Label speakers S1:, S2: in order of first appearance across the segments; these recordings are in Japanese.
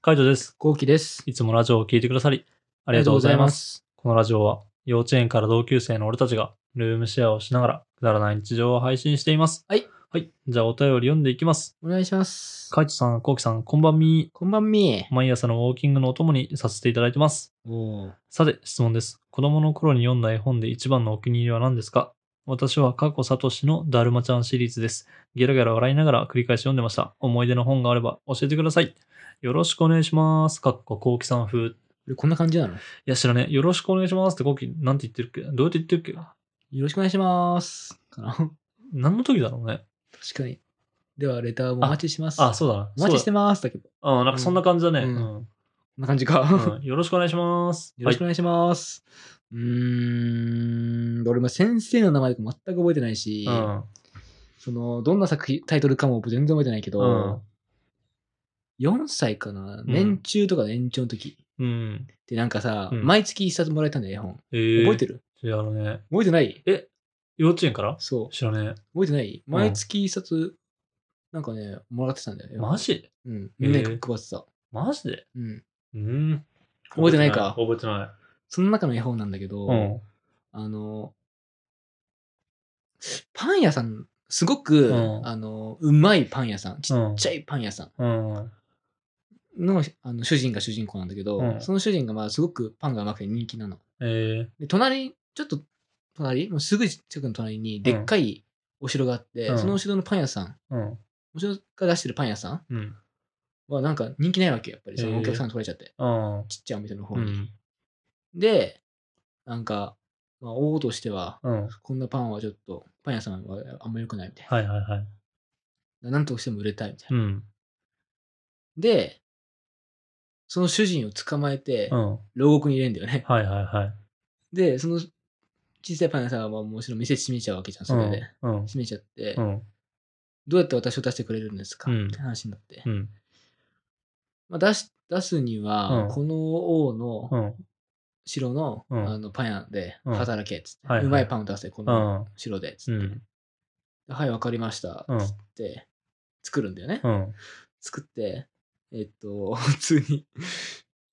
S1: カイトです。
S2: 後期です。
S1: いつもラジオを聞いてくださり、あ
S2: あ
S1: りがとうございます。
S2: す。
S1: このラジオは、幼稚園から同級生の俺たちが、ルームシェアをしながら、くだらない日常を配信しています。
S2: はい。
S1: はい。じゃあ、お便り読んでいきます。
S2: お願いします。
S1: カイトさん、コウキさん、こんばんみ
S2: こんばんみ
S1: ー。毎朝のウォーキングのお供にさせていただいてます。
S2: おー
S1: さて、質問です。子供の頃に読んだ絵本で一番のお気に入りは何ですか私は過去サトシのだるまちゃんシリーズです。ゲラゲラ笑いながら繰り返し読んでました。思い出の本があれば教えてください。よろしくお願いします。かっこコウキさん風。い
S2: こんな感じなのよ
S1: や、知らねえ。よろしくお願いしますってコウキ、なんて言ってるっけどうやって言ってるっけ
S2: ろしくお願いします。かな 確
S1: 何の時だろうね。
S2: かに。では、レターもお待ちします。
S1: あ、そうだな。
S2: お待ちしてます。だけど。こ
S1: あなんかそんな感じだね。う
S2: うん
S1: ん。
S2: んな感じか。
S1: う んよろしくお願いします。
S2: よろしくお願いします。うーん、俺も先生の名前とか全く覚えてないし、
S1: はい
S2: その、どんな作品、タイトルかも全然覚えてないけど、4歳かな年中とか年長の時。
S1: うん。うん。
S2: で、なんかさ、
S1: うん
S2: 毎月一冊もらえたんだよ、
S1: え
S2: 絵本。覚えて
S1: る
S2: る
S1: いやあのね。
S2: 覚えてない
S1: え、幼稚園から
S2: そう。
S1: 知らね
S2: 覚えてない
S1: ん
S2: 毎月一冊、なんかね、もらってたんだよ
S1: え。
S2: ね。
S1: マジ
S2: うん。みんなに配ってた。
S1: マジで
S2: うん。
S1: うん。
S2: 覚えてないか
S1: 覚えてな
S2: その中の絵本なんだけど、
S1: い。うん。
S2: あの、パン屋さん、すごく、
S1: うん
S2: あの、うまいパン屋さん、ちっ
S1: うん
S2: ちゃいパン屋さ
S1: うん。
S2: んの,、あの主人が主人公なんだけど、
S1: うん
S2: その主人がまあすごくパンがうまくて人気なの。
S1: え
S2: で、隣、ちょっと隣、もうすぐ近くの隣にでっかいお城があって、
S1: うん
S2: そのお城のパン屋さん、
S1: ー。うん。
S2: お城が出してるパン屋さん
S1: うん。
S2: はなんか人気ないわけ、やっぱり。そ
S1: へ
S2: の
S1: ー
S2: お客さんが取られちゃって。
S1: うん。
S2: ちっちゃいお店の方
S1: う
S2: に。
S1: ん。
S2: で、なんか、まあ、王としては、
S1: うん。
S2: こんなパンはちょっと、パン屋さんはあんま良くないみたい
S1: はいはいはい。
S2: な。なんとしても売れたいみたいうな。
S1: ん。
S2: で、その主人を捕まえて
S1: う、ん。
S2: 牢獄に入れんだよね。
S1: はいはいはい。
S2: で、その小さいパン屋さんはまあもちろん店閉めちゃうわけじゃん、それで。
S1: うん。
S2: 閉めちゃって、
S1: うん。
S2: どうやって私を出してくれるんですか、
S1: うん
S2: って話になって。
S1: うん。
S2: まあ、出し出すには、
S1: うん
S2: この王の
S1: うん。
S2: 城の,、
S1: うん
S2: あのパン屋で
S1: うん
S2: 働けっつって、
S1: はいはいう
S2: まいパンを出せ、こ
S1: う
S2: の
S1: ん。
S2: 城でっつって。
S1: うん。
S2: はい、わかりました。
S1: うん
S2: つって、作るんだよね。
S1: うん。
S2: 作って、えっと、 普通に、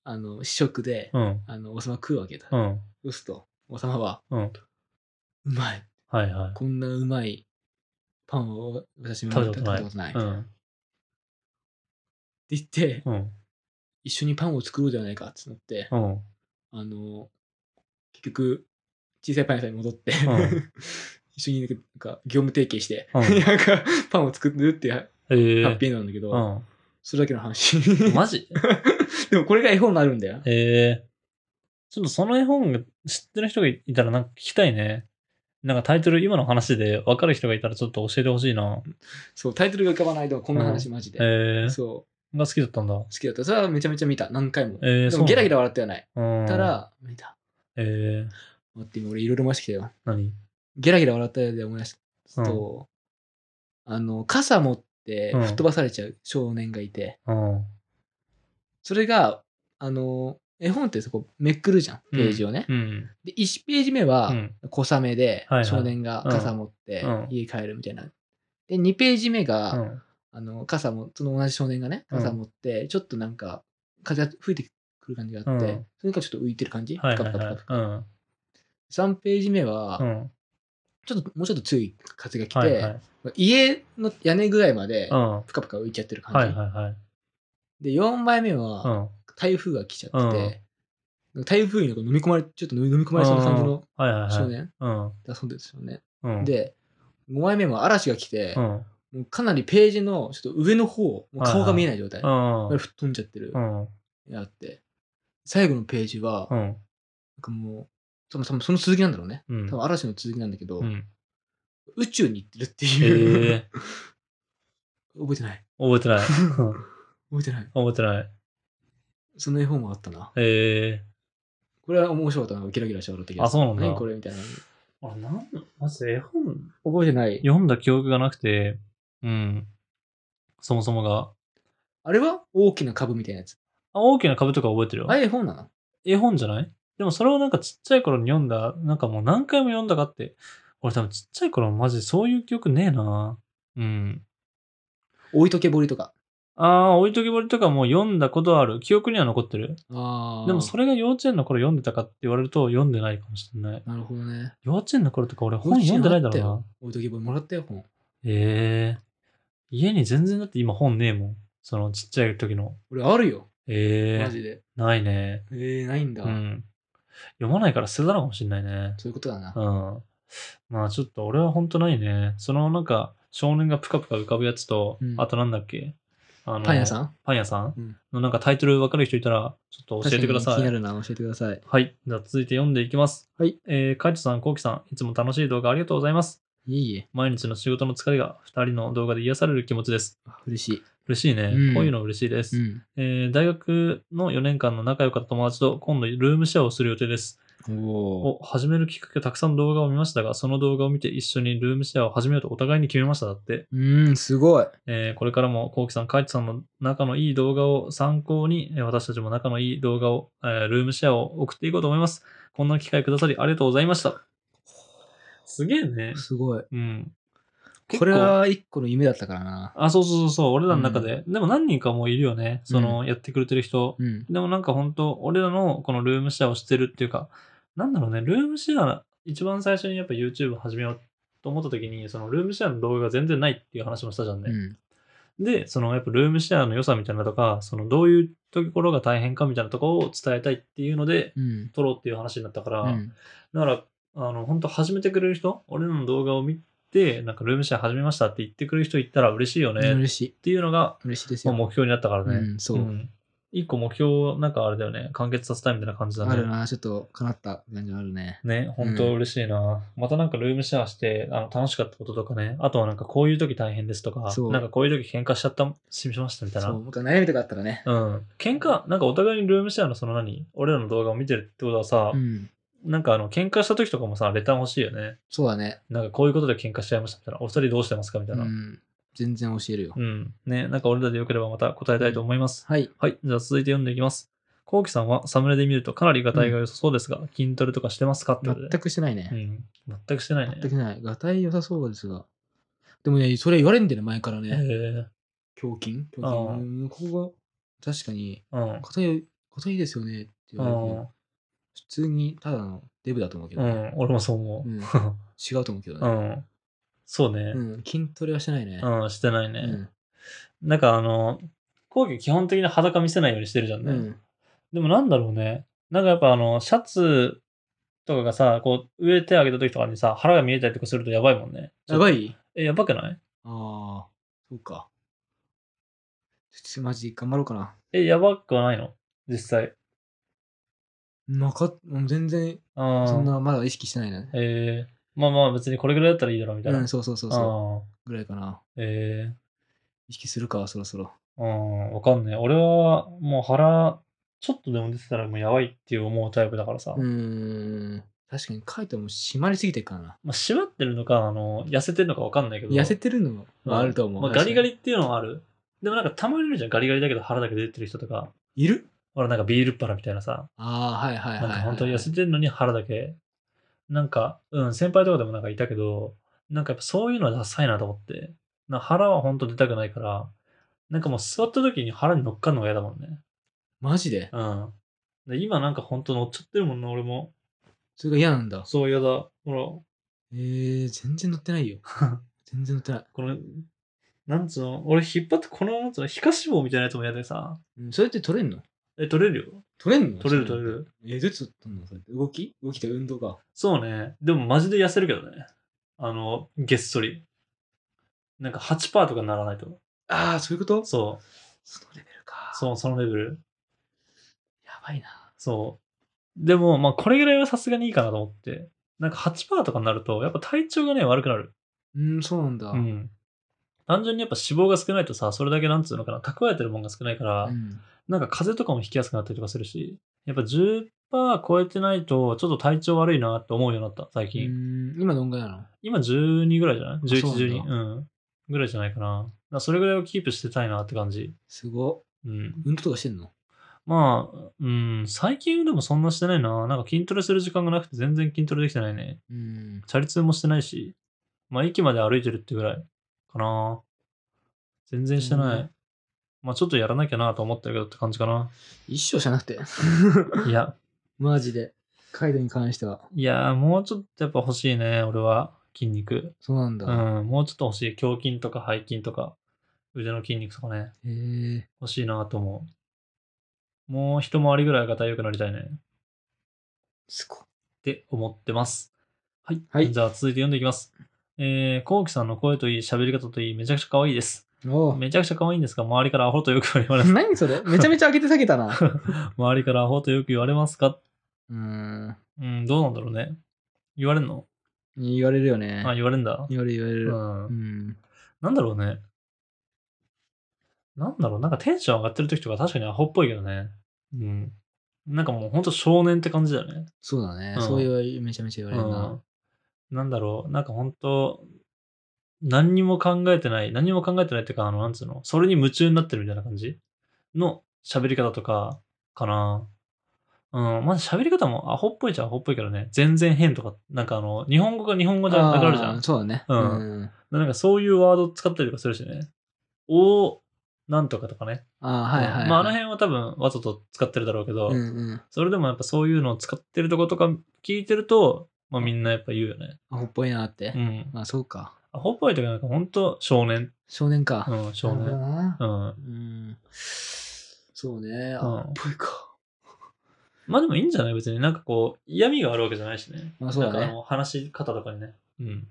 S2: あの、試食で、
S1: うん。
S2: あの、王様食うわけだ。
S1: うん。
S2: そうすると、王様は、
S1: うん。
S2: うまい。
S1: はいは
S2: こんなうまいパンを私も
S1: 食べたことない
S2: ない。っ
S1: い。うん。
S2: て言って、
S1: うん。
S2: 一緒にパンを作ろうではないかってなって、
S1: うん。
S2: あの、結局、小さいパン屋さんに戻って、
S1: う
S2: 一緒になんか業務提携して、
S1: うん
S2: なんかパンを作るっていうハ
S1: え
S2: ッ
S1: ー。
S2: ピーエンドなんだけど、
S1: う
S2: それだけの話。
S1: ん。マジ
S2: でもこれが絵本になるんだよ。
S1: ええちょっとその絵本が知ってる人がいたらなんか聞きたいね。なんかタイトル、今の話で分かる人がいたらちょっと教えてほしいな。
S2: そう、タイトルが浮かばないとこんな話マジで。
S1: ええ
S2: そ
S1: が好きだったんだ
S2: う、好。きだった。それはめちゃめちゃ見た、何回も。
S1: ええ
S2: で
S1: そうな
S2: も
S1: んだ
S2: ゲラゲラ笑ってはない。
S1: うん。
S2: た、ら、見た。
S1: ええ
S2: 待って、今俺いろいろ思い出してきたよ。
S1: 何
S2: ゲラゲラ笑ったで思い出したと、あの、傘持って
S1: うん
S2: 吹っ飛ばされちゃう少年がいて、
S1: うん。
S2: それが、あの、絵本ってそこめくるじゃん、ページをね。
S1: うん。
S2: で、1ページ目は
S1: うん
S2: 小雨で
S1: はいはい
S2: 少年が傘持って
S1: うん
S2: 家帰るみたいな。で、2ページ目が、
S1: うん。
S2: あの傘もその同じ少年がね
S1: うん
S2: 傘持って、ちょっとなんか風が吹いてくる感じがあって、
S1: うん
S2: それがちょっと浮いてる感じ、
S1: はいはい
S2: プカプカ
S1: はい
S2: プ。カ
S1: うん。
S2: 3ページ目は、
S1: うん。
S2: ちょっともうちょっと強い風が来て、
S1: はいはい。
S2: 家の屋根ぐらいまで
S1: うん。は
S2: プカプカ浮いちゃってる
S1: い
S2: 感
S1: は
S2: じ、
S1: いはい。
S2: で4枚目は、
S1: うん。
S2: 台風が来ちゃってて、台風に飲み込まれちょっと飲み込まれそうな感じの
S1: うんはいはいはい。
S2: 少年
S1: うん。
S2: だそうですよね、
S1: うん。、
S2: で5枚目も嵐が来て、
S1: うん。
S2: もうかなりページのちょっと上の方もう顔が見えない状態、
S1: うん。
S2: 吹っ飛んじゃってる、
S1: うん。
S2: やって、最後のページは、
S1: う
S2: なん
S1: ん。
S2: かもう、多分多分その続きなんだろうね。
S1: うん
S2: 多分嵐の続きなんだけど、
S1: うん。
S2: 宇宙に行ってるってい
S1: え
S2: う、
S1: え
S2: 覚えてない。
S1: 覚えてない。うん
S2: 覚えてない。
S1: 覚えてない。
S2: その絵本もあったな。
S1: ええ
S2: これは面白かったな。ギラギラして笑ったけど。
S1: あそうなんだ
S2: 何これみたいな。
S1: あ、なんの、まず絵本
S2: 覚えてない。
S1: 読んだ記憶がなくて、うん。そもそもが。
S2: あれは大きな株みたいなやつ。
S1: あ大きな株とか覚えてるよ
S2: あ。れ絵本なの
S1: 絵本じゃないでもそれをなんかちっちゃい頃に読んだ、なんかもう何回も読んだかって。俺多分ちっちゃい頃マジそういう記憶ねえな。うん。
S2: 置いとけぼりとか。
S1: ああ、置いときぼりとかも読んだことある。記憶には残ってる。
S2: ああ。
S1: でもそ
S2: れ。
S1: れが幼稚園の頃読んでたかって言われると読んでないかもしれない。
S2: なるほどね。
S1: 幼稚園の頃とか俺本読んでないだろう
S2: 幼稚園あ
S1: な
S2: っ。たよ。置いときぼりもらったよ、本。
S1: ええ家に全然だって今本ねえもん。そのちっちゃい時の。
S2: 俺あるよ。
S1: え
S2: マ
S1: え
S2: ジで。
S1: ないね。
S2: えー、ないんだ。
S1: うん。読まないから捨てたのかもしれないね。
S2: そういうことだな
S1: う。ん。まあちょっと俺は本当ないね。そのなんか少年がぷかぷか浮かぶやつと、
S2: うん
S1: あとなんだっけあの
S2: パン屋さ
S1: ん
S2: ん
S1: パン屋さん、
S2: うん
S1: のなんかタイトル分かる人いたらちょっと教えてくださ
S2: 確か
S1: い
S2: に。気になるな、教えてください。
S1: はい。じゃあ続いて読んでいきます。
S2: はい。
S1: えー、カイトさん、コウキさん、いつも楽しい動画ありがとうございます。
S2: いいえ。
S1: 毎日の仕事の疲れが2人の動画で癒される気持ちです。
S2: あ嬉し
S1: 嬉しいね。
S2: うん
S1: こういうの嬉しいです、
S2: い。うん。
S1: えー大学の4年間の仲良かった友達と今度ルームシェアをする予定です。
S2: おお。
S1: お、始めるきっかけたくさん動画を見ましたが、その動画を見て一緒にルームシェアを始めようとお互いに決めましただって。
S2: うーん、すごい。
S1: えーこれからもコウキさん、カイトさんの仲のいい動画を参考に、えー私たちも仲のいい動画を、えールームシェアを送っていこうと思います。こんな機会くださりありがとうございました。すげえね。
S2: すごい。
S1: うん。
S2: これは一個の夢だったからな。
S1: あ、そうそうそうそう、俺らの中で。でも何人かもういるよね、その、やってくれてる人。
S2: うん。
S1: でもなんか本当俺らのこのルームシェアをしてるっていうか、なんだろうね、ルームシェア、一番最初にやっぱ YouTube 始めようと思った時に、そのルームシェアの動画が全然ないっていう話もしたじゃん
S2: う
S1: ね。
S2: ん。
S1: で、そのやっぱルームシェアの良さみたいなのとか、そのどういうところが大変かみたいなところを伝えたいっていうので、
S2: うん。
S1: 撮ろうっていう話になったから、
S2: うん
S1: だから、あの、本当始めてくれる人、俺らの動画を見て、なんかルームシェア始めましたって言ってくれる人いったら嬉しいよねっ
S2: 嬉しい。
S1: ていうのが、
S2: 嬉しいです
S1: ま
S2: よ。
S1: あ、目標になったからね。
S2: うん、そう。
S1: ん一個目標、なんかあれだよね、完結させたいみたいな感じだ
S2: ある
S1: ね。
S2: な、ちょっと叶った感じあるね。
S1: ね、本当嬉しいな、またなんかルームシェアして、あの、楽しかったこととかね、あとはなんかこういう時大変ですとか
S2: そ、う
S1: なんかこういう時喧嘩しちゃった、しましたみたい
S2: そ
S1: な。
S2: う、僕は悩みとかあったらね。
S1: うん。喧嘩、なんかお互いにルームシェアのその何俺らの動画を見てるってことはさ、
S2: うん。
S1: なんかあの、喧嘩した時とかもさ、レター欲しいよね。
S2: そうだね。
S1: なんかこういうことで喧嘩しちゃいましたみたいな。お二人どうしてますかみたいうな。うん。
S2: ん。全然教えるよ。
S1: ね、なんか俺らでよければまた答えたいと思います。
S2: はい。
S1: はい。じゃあ続いて読んでいきます。コウキさんはサムネで見るとかなりがたいが良さそうですが、筋トレとかしてますかってこ
S2: 全
S1: とで。
S2: くしてないね。
S1: うん。全くしてないね。
S2: 全くない。がたい良さそうですが。でもね、それ言われんだよね、前から
S1: え
S2: ね。胸筋胸筋。
S1: あー
S2: うんここが、確かに、
S1: ーうん。
S2: 硬い、硬いですよねって言われるけど
S1: う
S2: 普通にただのデブだと思うけど
S1: ん。う
S2: ね、
S1: ん。俺もそう思う。
S2: うん
S1: う
S2: 違うと思うけどね。
S1: ん。そうね
S2: う。ん、筋トレはしてないね。
S1: うん、してないね。
S2: うん。
S1: なんかあの、コウキ基本的に裸見せないようにしてるじゃんね。
S2: うん。
S1: でもなんだろうね。なんかやっぱあの、シャツとかがさ、こう、上手上げた時とかにさ、腹が見えたりとかするとやばいもんね。
S2: やば
S1: い
S2: い
S1: え、やばくない
S2: ああ、そうか。ちょっとマジ頑張ろうかな。
S1: え、やばくはないの実際。
S2: なかっうん全然、
S1: ああ。
S2: そんなまだ意識してないね。
S1: ええまあまあ別にこれぐらいだったらいいだろうみたいうな。
S2: ん、そうそうそうそう。
S1: ああ
S2: ぐらいかな。
S1: え
S2: 意識するか、そろそろ。
S1: えうん、わかんねえ。俺はもう腹、ちょっとでも出てたらもうやばいっていう思うタイプだからさ。
S2: うーん。確かに書いても締まりすぎてるからな。
S1: まあ、締まってるのか、あの、痩せてるのかわかんないけど。
S2: 痩せてるの
S1: うん
S2: もあると思う。
S1: まあ、ガ
S2: 確か
S1: リ
S2: に
S1: ガリっていうのはある。でもなんかたまにいるじゃん。ガリガリだけど腹だけ出てる人とか。
S2: いる
S1: ほら、なんかビールっ腹みたいなさ。
S2: ああ、はいはい
S1: な
S2: は
S1: いん
S2: は
S1: か
S2: い。
S1: 本当に痩せてるのに腹だけ。なんか、うん、先輩とかでもなんかいたけど、なんかやっぱそういうのはダサいなと思って。なんか腹は本当出たくないから、なんかもう座った時に腹に乗っかるのが嫌だもんね。
S2: マジで
S1: うん。で今なんか本当乗っちゃってるもんな、俺も。
S2: それが嫌なんだ。
S1: そう嫌だ。ほら、
S2: えー、全然乗っ てないよ。全然乗ってない。
S1: この、なんつうの、俺引っ張って、この、なんつうの、皮下脂肪みたいなやつも嫌でさ。
S2: うんそれって取れんの
S1: え、取れるよ。
S2: 取れんの
S1: 取れる取れ。る。
S2: えー、どうやって取ったのそれって動き動きと運動か。
S1: そうね。でもマジで痩せるけどね。あの、げっそり。なんか8%とかならないと。
S2: ああ、そういうこと
S1: そう。
S2: そのレベルか。
S1: そう、そのレベル。
S2: やばいな。
S1: そう。でも、まあ、これぐらいはさすがにいいかなと思って。なんか8%とかになると、やっぱ体調がね、悪くなる。
S2: うん、そうなんだ。
S1: うん。単純にやっぱ脂肪が少ないとさ、それだけなんつうのかな、蓄えてるもんが少ないから、
S2: うん
S1: なんか風邪とかも引きやすくなったりとかするし、やっぱ10%超えてないと、ちょっと体調悪いなって思うようになった、最
S2: う
S1: 近。
S2: ん、今どんぐらいなの
S1: 今12ぐらいじゃない ?11、
S2: そうな
S1: 12。
S2: ん
S1: うん。ぐらいじゃないかな。だからそれぐらいをキープしてたいなって感じ。
S2: すご
S1: うん。
S2: っ。運動とかしてんの
S1: まあ、うん、最近でもそんなしてないな。なんか筋トレする時間がなくて全然筋トレできてないね。
S2: うん。
S1: チャリ通もしてないし、まあ駅まで歩いてるってぐらいかな。全然してない。
S2: うん
S1: まあちょっとやらなきゃなと思ってるけどって感じか な。
S2: 一生じゃなくて。
S1: いや、
S2: マジで。カイドに関しては。
S1: いやー、もうちょっとやっぱ欲しいね、俺は。筋肉。
S2: そうなんだ。
S1: うん、もうちょっと欲しい。胸筋とか背筋とか、腕の筋肉とかね、
S2: へえ。
S1: 欲しいなと思う。もう一回りぐらいが体良くなりたいね。
S2: すごい。
S1: って思ってます。はい。
S2: はい
S1: じゃあ続いて読んでいきます。えー、こうきさんの声といい、喋り方といい、めちゃくちゃ可愛いです。
S2: おう
S1: めちゃくちゃ可愛いんですが、周りからアホとよく言われます。
S2: 何それめちゃめちゃ上げて下げたな。
S1: 周りからアホとよく言われますか
S2: うーん。
S1: うん、どうなんだろうね。言われんの
S2: 言われるよね。
S1: あ、言われんだ。
S2: 言われる言われ
S1: う
S2: る。
S1: ん
S2: う。ん。
S1: なんだろうね。なんだろう、なんかテンション上がってる時とか確かにアホっぽいけどね。うん。なんかもうほんと少年って感じだよね。
S2: そうだね。
S1: うん
S2: そういうめちゃめちゃ言われるな。
S1: うん。なんだろう、なんかほんと、何にも考えてない、何にも考えてないっていうか、あの、なんつうの、それに夢中になってるみたいな感じの喋り方とか、かな。うん、まあ喋り方もアホっぽいじゃん、アホっぽいけどね。全然変とか、なんかあの、日本語が日本語じゃなくなるじゃ
S2: あ
S1: ん
S2: ー。そうだね。
S1: うん
S2: ん
S1: なんかそういうワード使ったりとかするしね。おー、なんとかとかね。
S2: ああ、はいはいはい。
S1: まああの辺は多分わざと使ってるだろうけど、
S2: うんうん。
S1: それでもやっぱそういうのを使ってるとことか聞いてると、まあみんなやっぱ言うよね。
S2: アホっぽいなって
S1: う。ん。
S2: まあそうか。
S1: アホっぽいとかなんか本当少年。
S2: 少年か。
S1: うん、少
S2: なる
S1: 年。
S2: ほどな
S1: うん。
S2: うん。そうね。
S1: うん
S2: アホっぽいか。
S1: まあでもいいんじゃない別になんかこう嫌味があるわけじゃないしね。
S2: まあそうだね
S1: なんかあの話し方とかにね。うん。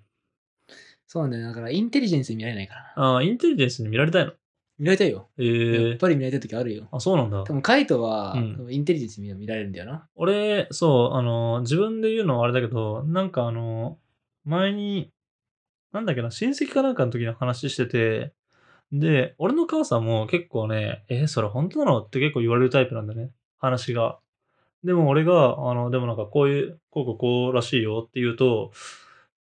S2: そうね。だから、インテリジェンスに見られないからな。
S1: ああ、インテリジェンスに見られたいの。
S2: 見られたいよ。
S1: ええ
S2: やっぱり見られたい時あるよ。
S1: あ、そうなんだ
S2: 多。分、カイトは、
S1: うん
S2: 多分インテリジェンスに見られるんだよな。
S1: 俺、そう、あの、自分で言うのはあれだけど、なんかあの、前に、なんだっけな、親戚かなんかの時の話してて、で、俺の母さんも結構ね、え、それ本当なのって結構言われるタイプなんだね、話が。でも俺が、あの、でもなんかこういう、こうこうこうらしいよって言うと、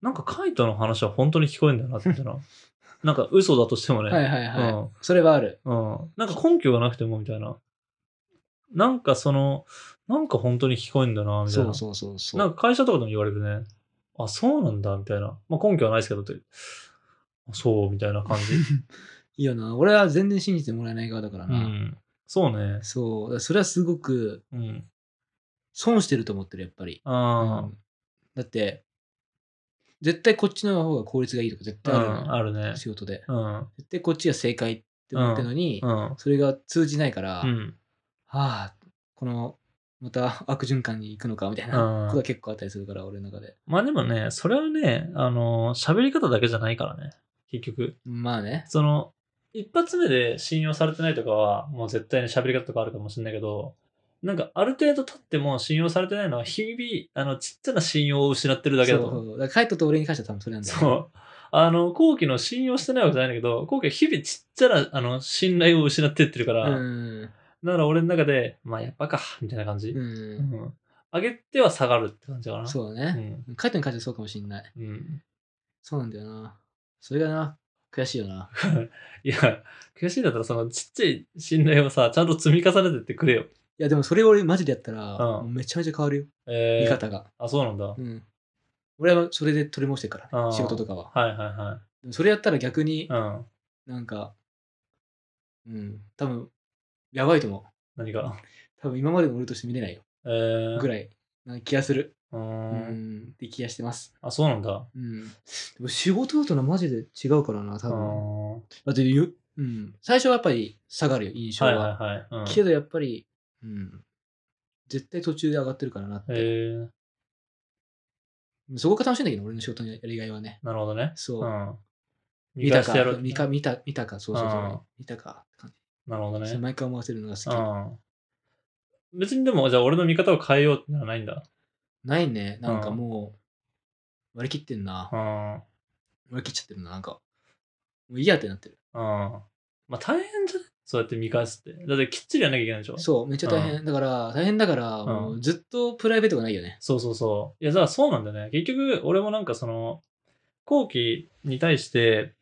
S1: なんかカイトの話は本当に聞こえんだよな、みたい な。なんか嘘だとしてもね。
S2: はいはいはい。
S1: うん
S2: それはある。
S1: うん。なんか根拠がなくてもみたいな。なんかその、なんか本当に聞こえんだな、みたいな。
S2: そうそうそうそう。
S1: なんか会社とかでも言われるね。あ、そうなんだ、みたいな。まあ根拠はないですけどって。あそう、みたいな 感じ。
S2: いいよな。俺は全然信じてもらえない側だから
S1: う
S2: な。
S1: ん。そうね。
S2: そう。だからそれはすごく
S1: うん。
S2: 損してると思ってる、やっぱり。
S1: あ
S2: うんだって、絶対こっちの方が効率がいいとか絶
S1: あ、う
S2: 対あるのよ
S1: ん、あるね。
S2: 仕事で。
S1: うん。
S2: 絶対こっちが正解って思ってるのに、
S1: うん。
S2: それが通じないから、
S1: う
S2: は
S1: ん。
S2: あ、この、また悪循環に行くのかみたいな
S1: うん
S2: ことが結構あったりするから、俺の中で。
S1: まあでもね、それはね、あの、喋り方だけじゃないからね。結局。
S2: まあね。
S1: その、一発目で信用されてないとかは、もう絶対に喋り方とかあるかもしれないけど、なんかある程度経っても信用されてないのは、日々、あの、ちっちゃな信用を失ってるだけだと
S2: そう
S1: 思う
S2: そ。うだからカイトと俺に関しては多分それなんだよね
S1: そう。あの、後期の信用してないわけじゃないんだけど、後期は日々ちっちゃな、あの、信頼を失ってってるから、
S2: うん。
S1: だから俺の中で、まあやっぱか、みたいな感じ。
S2: う。
S1: うんん上げては下がるって感じかな。
S2: そう
S1: う
S2: だね。
S1: ん。
S2: カイトに関してはそうかもしんない。
S1: うん。
S2: そうなんだよな。それがな、悔しい よな。
S1: いや、悔しいんだったら、そのちっちゃい信頼をさ、ちゃんと積み重ねてってくれよ。
S2: いや、でもそれを俺マジでやったら、
S1: うん
S2: もうめちゃめちゃ変わるよ。
S1: え
S2: 見
S1: ー、
S2: 方が。
S1: あ、そうなんだ。はい
S2: うん。俺はそれで取り戻してるか
S1: あ
S2: ら、
S1: ー
S2: ね、仕事とかは。
S1: はいは
S2: でもそれやったら逆に
S1: い。う、ん。
S2: なんか、うん、多分、やばいと思う。
S1: 何か。
S2: 多分今までの俺として見れないよ。
S1: えー、
S2: ぐらい。なんか気がする。
S1: う
S2: う
S1: ーん。
S2: ん。って気がしてます。
S1: あ、そうなんだ。
S2: うん。でも仕事だとな、マジで違うからな、多
S1: う
S2: 分。
S1: ん。は
S2: だってよ、うん。最初はやっぱり下がるよ、印
S1: い
S2: 象
S1: は
S2: は。
S1: いはい。うん、
S2: けどやっぱり、うん。絶対途中で上がってるからなって。
S1: えー、
S2: そこが楽しいんだけど、俺の仕事のやりがいはね。
S1: なるほどね。
S2: そうう。
S1: ん。
S2: 見
S1: 見
S2: た
S1: 返
S2: か
S1: してやろう。
S2: 見か見た、見たか、そうそうそう。
S1: うん
S2: 見たかって感じ。
S1: なるほどね
S2: そ。れ毎回思わせるのが好き。
S1: うん。別にでも、じゃあ俺の見方を変えようってのはないんだ。
S2: ないね。なんかもう、割り切ってんな
S1: う。ん。うん。
S2: 割り切っちゃってるな。なんか、もういいやってなってる。
S1: まあ大変じゃないそうやって見返すって。だってきっちりやんなきゃいけないでしょ
S2: そう、めっちゃ大変。だから、大変だから、
S1: ん
S2: もうずっとプライベートがないよね。
S1: そうそうそう。いや、じゃあそうなんだよね。結局、俺もなんかその、後期に対して、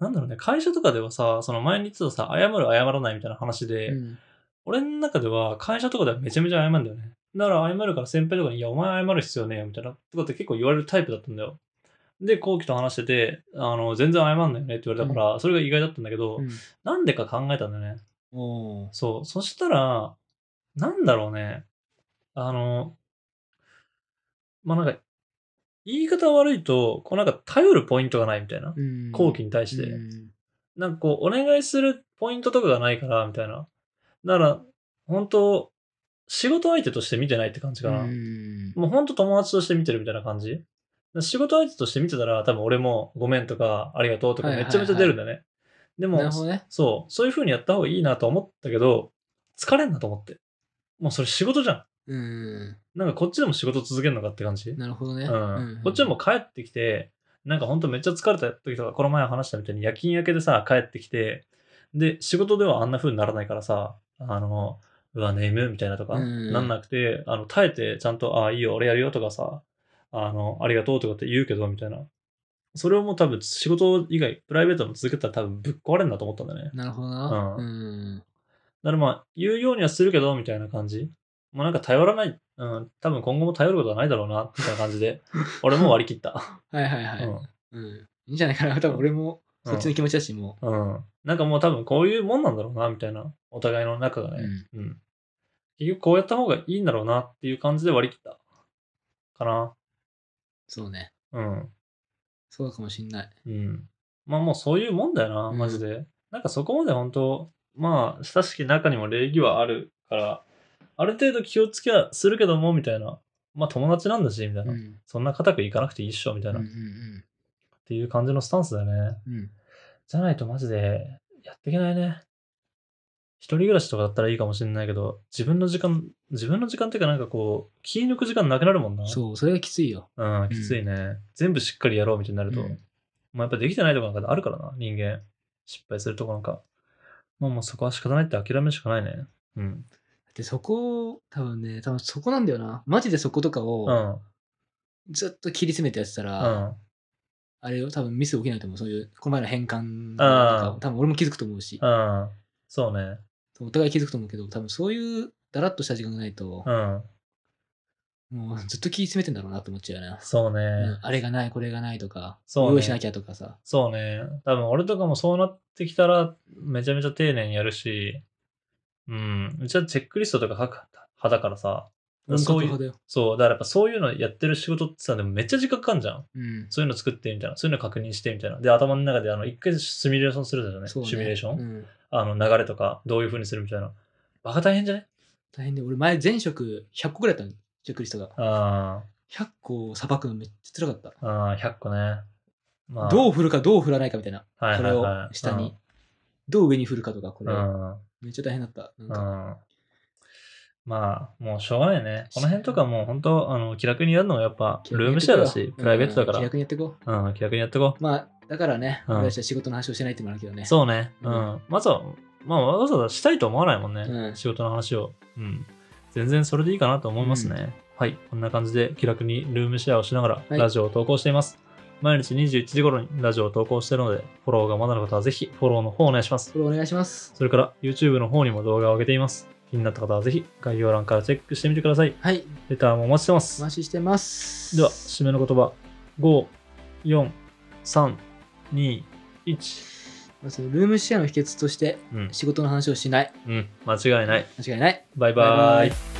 S1: なんだろうね、会社とかではさ、その前に言ってたさ、謝る、謝らないみたいな話で、
S2: うん。
S1: 俺の中では会社とかではめちゃめちゃ謝るんだよね。だから謝るから先輩とかに、いや、お前謝る必要ねえよみたいな、とかって結構言われるタイプだったんだよ。で、後期と話してて、あの、全然謝んないよねって言われたから、それが意外だったんだけど、
S2: うん
S1: なんでか考えたんだよね。
S2: おー
S1: そう。そしたら、なんだろうね。あの、まあ、なんか、言い方悪いと、こうなんか頼るポイントがないみたいな。
S2: うん
S1: 後期に対して。
S2: うん
S1: なんかこう、お願いするポイントとかがないから、みたいな。だから、本当仕事相手として見てないって感じかな。
S2: うん
S1: もう本当友達として見てるみたいな感じ。仕事相手として見てたら、多分俺もごめんとか、ありがとうとか
S2: はいは
S1: め
S2: いはい
S1: ちゃめちゃ出るんだね。でも
S2: なるほどね。
S1: そう、そういう風にやった方がいいなと思ったけど、疲れんなと思って。もうそれ仕事じゃ
S2: うん。
S1: ん。なんかこっちでも仕事続けるのかって感じ。
S2: なるほどね。
S1: うんこっちはもう帰ってきて、なんかほんとめっちゃ疲れた時とか、この前話したみたいに夜勤明けでさ、帰ってきて、で、仕事ではあんな風にならないからさ、あの、うわ、眠いみたいなとか、
S2: うん
S1: なんなくて、あの、耐えてちゃんと、あいいよ、俺やるよとかさ、あの、ありがとうとかって言うけど、みたいな。それをもう多分仕事以外、プライベートも続けたら多分ぶっ壊れんなと思ったんだよね。
S2: なるほどな。
S1: う
S2: うん。
S1: だからまあ、言うようにはするけど、みたいな感じ。もうなんか頼らない、うん、多分今後も頼ることはないだろうな、みたいな感じで、 俺もう割り切った。
S2: はいはいは
S1: う
S2: い
S1: ん。
S2: うん。いいんじゃないかな。多分俺もそっちの気持ちだし、も
S1: うん。なんかもう多分こういうもんなんだろうな、みたいな。お互いの仲が
S2: う。
S1: ね。
S2: うん
S1: うん。結局こうやった方がいいんだろうなっていう感じで割り切った。かな。
S2: そうね。
S1: うん。
S2: そうかもしんない。
S1: うん。まあもうそういうもんだよな、
S2: うん
S1: マジで。なんかそこまで本当まあ、親しき中にも礼儀はあるから、ある程度気をつけはするけども、みたいな。まあ友達なんだし、みたいな。
S2: うん。
S1: そんな固くいかなくていいっしょ、みたい
S2: うん
S1: な。
S2: う
S1: っ
S2: ん
S1: ていう感じのスタンスだよね。
S2: うん。うん。
S1: じゃないとマジでやっていけないね。一人暮らしとかだったらいいかもしれないけど、自分の時間、自分の時間っていうかなんかこう、気抜く時間なくなるもんな。
S2: そう、それがきついよ。
S1: うん、きついね。全部しっかりやろうみたいになると、
S2: うん
S1: まあやっぱできてないとこなんかあるからな、人間。失敗するとこなんか。まあもうそこは仕方ないって諦めるしかないね。うん。
S2: で、そこを、多分ね、多分そこなんだよな。マジでそことか
S1: う
S2: を、
S1: ん。
S2: ずっと切り詰めてやってた
S1: う
S2: ら、
S1: ん。
S2: あれよ、多分ミス起きないと思う。そういう、この前の変換と
S1: う
S2: か
S1: ん、
S2: 多分俺も気づくと思うし、
S1: うん。そうね。
S2: お互い気づくと思うけど、多分そういう、だらっとした時間がないと
S1: う、ん。
S2: もうずっと切り詰めてんだろうなって思っちゃうよな。
S1: そうね。
S2: うんあれがない、これがないとか、
S1: そうね
S2: 用意しなきゃとかさ。
S1: そうね。多分俺とかもそうなってきたら、めちゃめちゃ丁寧にやるし、うん。うちはチェックリストとか書く派だからさ、
S2: 本格
S1: そういう
S2: 派だよ。
S1: そう、だからやっぱそういうのやってる仕事ってさ、でもめっちゃ時間かかんじゃん。
S2: うん。
S1: そういうの作ってみたいな、そういうの確認してみたいな。で、頭の中であの、一回シミュレーションするんだよね。
S2: そうね
S1: シミュレーション、
S2: うん
S1: あの、流れとか、どういう風にするみたいな。バカ大変じゃね
S2: 大変で、俺前前職100個ぐらいだったの、チェックリストが。
S1: あ
S2: 100個をさばくのめっちゃ辛かった。
S1: ーあー、100個ね。ま
S2: どう振るかどう振らないかみたいな。
S1: う、はい
S2: こ
S1: は
S2: れ
S1: い
S2: を
S1: はい、
S2: 下に。どう上に振るかとか、こ
S1: う
S2: れを。
S1: ん。うん。
S2: めっちゃ大変だった。なん
S1: う
S2: か
S1: ん。まあ、もうしょうがないよね。この辺とかもう本当、あの、気楽にやるのがやっぱ、ルームシェアだ
S2: 気
S1: しプ
S2: 楽にやってこうよ、
S1: ライベートだか
S2: うん気楽
S1: ら。
S2: にやっていこ
S1: うん、気楽にやってこ
S2: う。まあ、だからね、
S1: うん
S2: 俺たちは仕事の話をしてないってもあるけどね。
S1: う。そうね。う
S2: うん
S1: ん。まずは、まあ、わざわざしたいと思わないもん
S2: う
S1: ね。
S2: ん
S1: 仕事の話を。うん。全然それでいいかなと思いますね。はい。こんな感じで気楽にルームシェアをしながら
S2: はい
S1: ラジオを投稿しています。毎日21時頃にラジオを投稿しているので、フォローがまだの方はぜひフォローの方お願いします。
S2: これお願いします。
S1: それから YouTube の方にも動画を上げています。気になった方はぜひ概要欄からチェックしてみてください。
S2: はい、
S1: レターもお待ちしてます
S2: お。待ちしてます。
S1: では、締めの言葉。5、4、3、2、1。
S2: まず、ルームシェアの秘訣として、
S1: うん。
S2: 仕事の話をしない。
S1: うん。間違いない。
S2: 間違いない。
S1: バイバイ。
S2: イ。